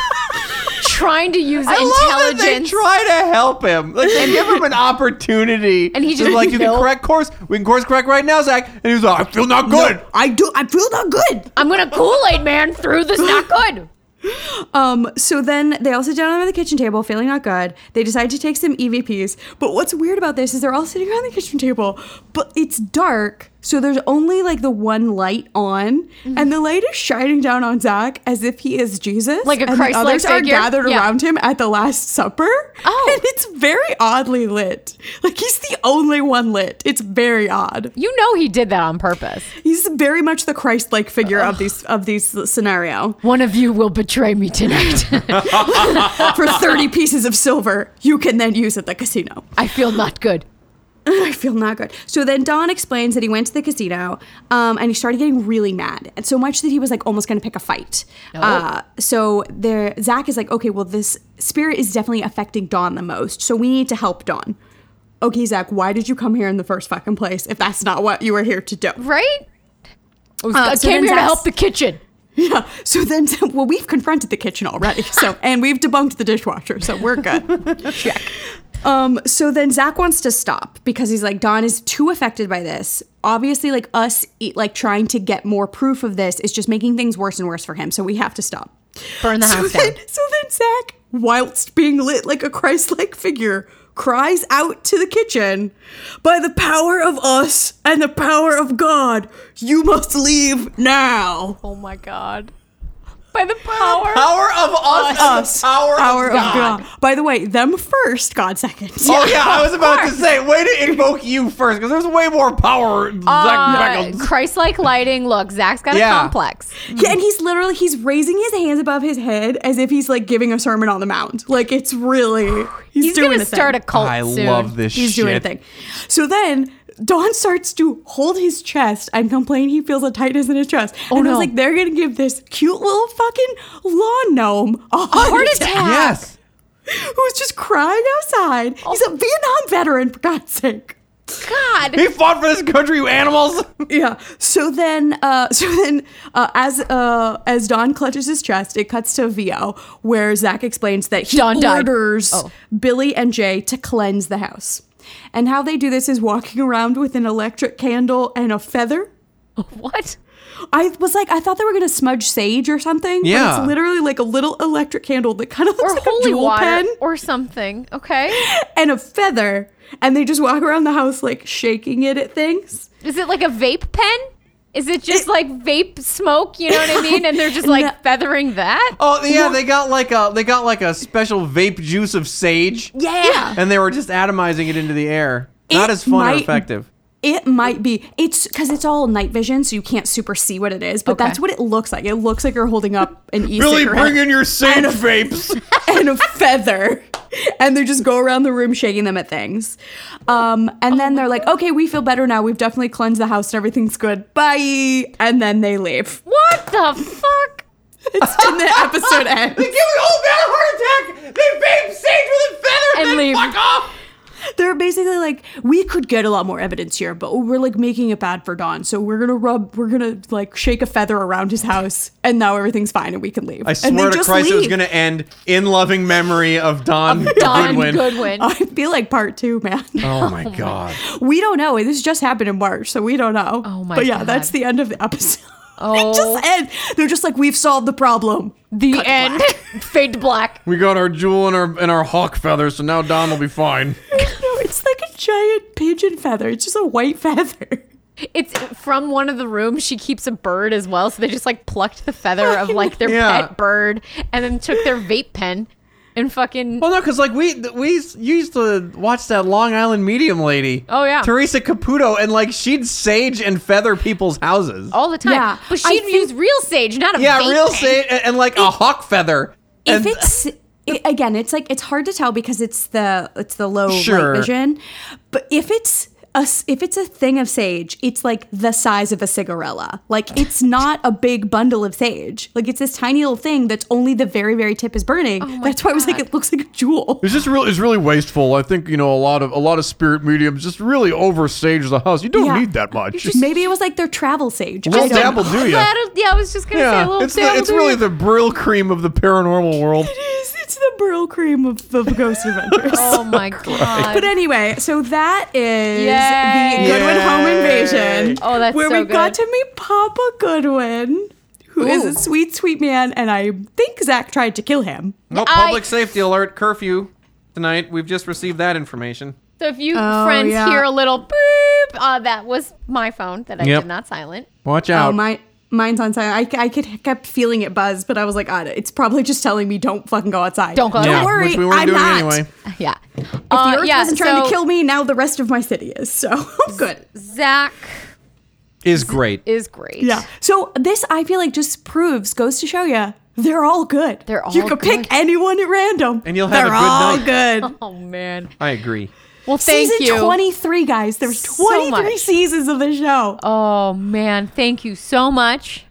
S4: trying to use
S5: I love that they
S4: intelligence.
S5: try to help him. Like they give him an opportunity.
S4: And he
S5: to,
S4: just
S5: like do the
S4: no.
S5: correct course. We can course correct right now, Zach. And he was like, I feel not good.
S3: I do. I feel not good.
S4: I'm gonna Kool-Aid man through this not good.
S3: Um, so then they all sit down at the kitchen table, feeling not good. They decide to take some EVPs. But what's weird about this is they're all sitting around the kitchen table, but it's dark. So there's only like the one light on,
S4: Mm-hmm.
S3: and the light is shining down on Zach as if he is Jesus.
S4: Like a
S3: and
S4: Christ-like
S3: the others
S4: figure?
S3: are gathered
S4: Yeah.
S3: around him at the Last Supper.
S4: Oh.
S3: And it's very oddly lit. Like he's the only one lit. It's very odd.
S4: You know he did that on purpose.
S3: He's very much the Christ-like figure of these of these scenario.
S4: One of you will betray me tonight.
S3: for 30 pieces of silver you can then use at the casino.
S4: I feel not good.
S3: I feel not good. So then Don explains that he went to the casino um, and he started getting really mad, and so much that he was like almost going to pick a fight. Uh, so there, Zach is like, okay, well, this spirit is definitely affecting Don the most, so we need to help Don. Okay, Zach, why did you come here in the first fucking place if that's not what you were here to do?
S4: Right? I, was-
S3: Uh,
S4: I
S3: so
S4: came
S3: then
S4: here to
S3: Zach's-
S4: help the kitchen.
S3: Yeah. So then, well, we've confronted the kitchen already. So, and we've debunked the dishwasher. So we're good. Check. Um, so then Zach wants to stop because he's like, Don is too affected by this. Obviously, like us, e- like trying to get more proof of this is just making things worse and worse for him. So we have to stop.
S4: Burn the
S3: so
S4: house
S3: then,
S4: down.
S3: So then Zach whilst being lit like a Christ like figure, cries out to the kitchen, By the power of us and the power of God, you must leave now.
S4: Oh my god. By the power.
S5: Power of us,
S3: Us.
S5: power,
S3: Power
S5: of God.
S3: By the way, them first, God second.
S5: Oh yeah, I was about to say, way to invoke you first, because there's way more power. Zach
S4: Uh,
S5: Beckles.
S4: Christ-like lighting. Look, Zach's got
S5: Yeah.
S4: a complex.
S3: Yeah, and he's literally he's raising his hands above his head as if he's like giving a sermon on the mount. Like it's really he's,
S4: He's
S3: doing
S4: gonna
S3: a thing.
S4: start a cult
S5: I
S4: soon.
S5: love this
S3: He's
S5: shit.
S3: doing a thing. So then Don starts to hold his chest and complain he feels a tightness in his chest. and I was
S4: Oh, no.
S3: like, they're gonna give this cute little fucking lawn gnome a heart,
S4: Heart
S3: attack,
S4: attack.
S5: Yes.
S3: who's just crying outside. He's
S4: Oh.
S3: a Vietnam veteran, for God's sake.
S4: God.
S5: He fought for this country, you animals.
S3: Yeah. So then, uh, so then, uh, as uh, as Don clutches his chest, it cuts to VO, where Zach explains that he
S4: Don died.
S3: orders
S4: Oh.
S3: Billy and Jay to cleanse the house, and how they do this is walking around with an electric candle and a feather.
S4: What?
S3: I was like, I thought they were gonna smudge sage or something. but
S5: Yeah.
S3: it's literally like a little electric candle that kind of looks
S4: Or
S3: like a
S4: holy
S3: jewel
S4: water
S3: pen
S4: or something. Okay.
S3: and a feather, and they just walk around the house like shaking it at things.
S4: Is it like a vape pen? Is it just like vape smoke? You know what I mean? And they're just like
S3: No.
S4: feathering that.
S5: Oh yeah, they got like a they got like a special vape juice of sage,
S3: yeah.
S5: and they were just atomizing it into the air. Not
S3: It
S5: as fun or
S3: might-
S5: effective.
S3: It might be. It's because it's all night vision, so you can't super see what it is. But that's what it looks like. It looks like you're holding up an e cigarette
S5: your sage vapes.
S3: and a feather, and they just go around the room shaking them at things. Um, and then they're like, "Okay, we feel better now. We've definitely cleansed the house, and everything's good. Bye." And then they leave.
S4: What the fuck?
S3: It's in the episode
S5: they
S3: ends.
S5: give an old man a heart attack. They vape sage with a feather and,
S4: And
S5: then
S4: leave.
S5: fuck off.
S3: They're basically like, "We could get a lot more evidence here, but we're like making it bad for Don. So we're gonna rub, we're gonna like shake a feather around his house, and now everything's fine, and we can leave."
S5: I
S3: and
S5: swear to Christ, it was
S3: leave.
S5: gonna end in loving memory of Don,
S4: Don
S5: Goodwin.
S4: Goodwin.
S3: I feel like part two, man.
S5: Oh my god.
S3: We don't know. This just happened in March, so we don't know.
S4: Oh my
S3: But yeah,
S4: God.
S3: that's the end of the episode.
S4: Oh.
S3: it just ends. They're just like, we've solved the problem.
S4: the end. Fade to black.
S5: We got our jewel and our and our hawk feathers, so now Don will be fine.
S3: no, it's like a giant pigeon feather. It's just a white feather.
S4: It's from one of the rooms. She keeps a bird as well, so they just like plucked the feather of like their
S5: Yeah.
S4: pet bird and then took their vape pen and fucking.
S5: Well, no, because like we th- we s- you used to watch that Long Island Medium lady.
S4: Oh, yeah.
S5: Teresa Caputo, and like she'd sage and feather people's houses.
S4: all the time.
S3: Yeah,
S4: but
S3: I
S4: she'd
S3: think-
S4: use real sage, not a
S5: yeah,
S4: vape
S5: real
S4: pen.
S5: sage and, and, like a hawk feather.
S3: If
S5: And uh,
S3: it's it, again, it's like it's hard to tell because it's the it's the low
S5: Sure.
S3: light vision. But if it's a, s- if it's a thing of sage, it's like the size of a cigarella. Like it's not a big bundle of sage. Like it's this tiny little thing that's only the very very tip is burning. that's why I was like, it looks like a jewel.
S5: it's just real. It's really wasteful. I think you know a lot of a lot of spirit mediums just really oversage the house. You don't
S3: Yeah. need
S5: that much.
S3: Maybe it was like their travel sage. I
S5: Little
S3: don't
S5: dabble,
S3: know.
S5: do ya?
S4: That'll- yeah, I was just gonna say a
S5: Yeah,
S4: little
S5: it's the,
S4: dabble
S5: it's
S4: do
S5: really
S4: ya.
S5: the Brill cream of the paranormal world.
S3: It is. It's the burl cream of, of Ghost Adventures.
S4: Oh my god!
S3: But anyway, so that is
S4: Yay.
S3: the Goodwin Home
S5: Yay.
S3: Invasion.
S4: Oh, that's
S3: where
S4: so
S3: we got
S4: good.
S3: to meet Papa Goodwin, who is a sweet, sweet man, and I think Zach tried to kill him.
S5: No
S4: I-
S5: public safety alert, curfew tonight. We've just received that information.
S4: so if you
S3: Oh,
S4: friends
S3: yeah.
S4: hear a little boop, uh, that was my phone that I
S5: Yep.
S4: did not silent.
S5: Watch out.
S3: Oh, my. Mine's on silent. I, I could, kept feeling it buzz, but I was like, ah, it's probably just telling me don't fucking go outside.
S4: Don't go
S3: Don't
S4: outside. Yeah,
S3: worry,
S5: which we weren't
S3: I'm
S5: doing
S3: not.
S5: anyway.
S4: Yeah.
S3: The
S4: Uh,
S3: earth
S4: yeah,
S3: wasn't trying
S4: so
S3: to kill me. Now the rest of my city is. So I'm good.
S4: Zach
S5: Is great.
S4: is great.
S3: Yeah. So this, I feel like, just proves goes to show you they're all good.
S4: They're all
S3: you could
S4: good.
S3: pick anyone at random,
S5: And you'll have
S3: they're
S5: a good
S3: all
S5: night.
S3: good.
S4: Oh man.
S5: I agree.
S4: Well, thank
S3: Season
S4: you.
S3: twenty three, guys. There's
S4: So
S3: twenty three
S4: much.
S3: seasons of the show. Oh,
S4: Oh man, thank you so much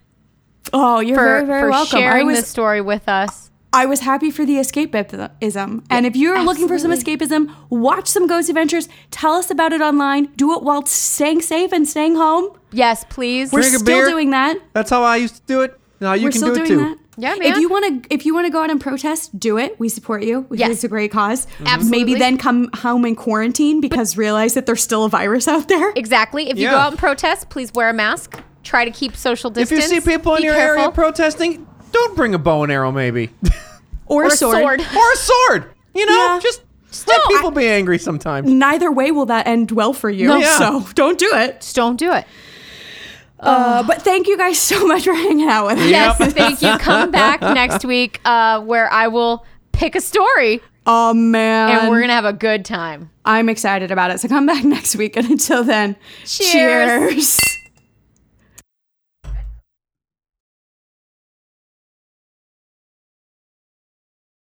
S3: Oh, you're
S4: for
S3: very very
S4: for
S3: welcome. I
S4: sharing
S3: was
S4: this story with us.
S3: I was happy for the escapism, and if you're looking for some escapism, watch some Ghost Adventures. Tell us about it online. Do it while staying safe and staying home.
S4: Yes, please.
S3: We're
S5: Drink a
S3: still
S5: beer.
S3: doing that.
S5: That's how I used to do it. Now you
S3: We're
S5: can
S3: still
S5: do it
S3: doing
S5: too.
S3: that.
S4: Yeah,
S3: If
S4: man.
S3: you want to, if you want to go out and protest, do it. We support you. We think
S4: Yes.
S3: it's a great cause.
S4: Absolutely.
S3: Maybe then come home and quarantine because realize that there's still a virus out there.
S4: exactly. If you
S5: Yeah.
S4: go out and protest, please wear a mask. Try to keep social
S5: If
S4: distance.
S5: you see people in
S4: Be
S5: your area
S4: careful.
S5: protesting, don't bring a bow and arrow. Maybe
S3: or, a sword.
S5: or a sword. You know,
S3: Yeah.
S5: just let people be angry sometimes.
S3: Neither way will that end well for you.
S5: Yeah.
S3: So don't do it.
S6: Just don't do it.
S3: Uh, but thank you guys so much for hanging out with us.
S4: Yes, thank you. Come back next week uh, where I will pick a story
S3: Oh man,
S4: and we're going to have a good time.
S3: I'm excited about it. So come back next week, and until then,
S4: Cheers.
S3: cheers.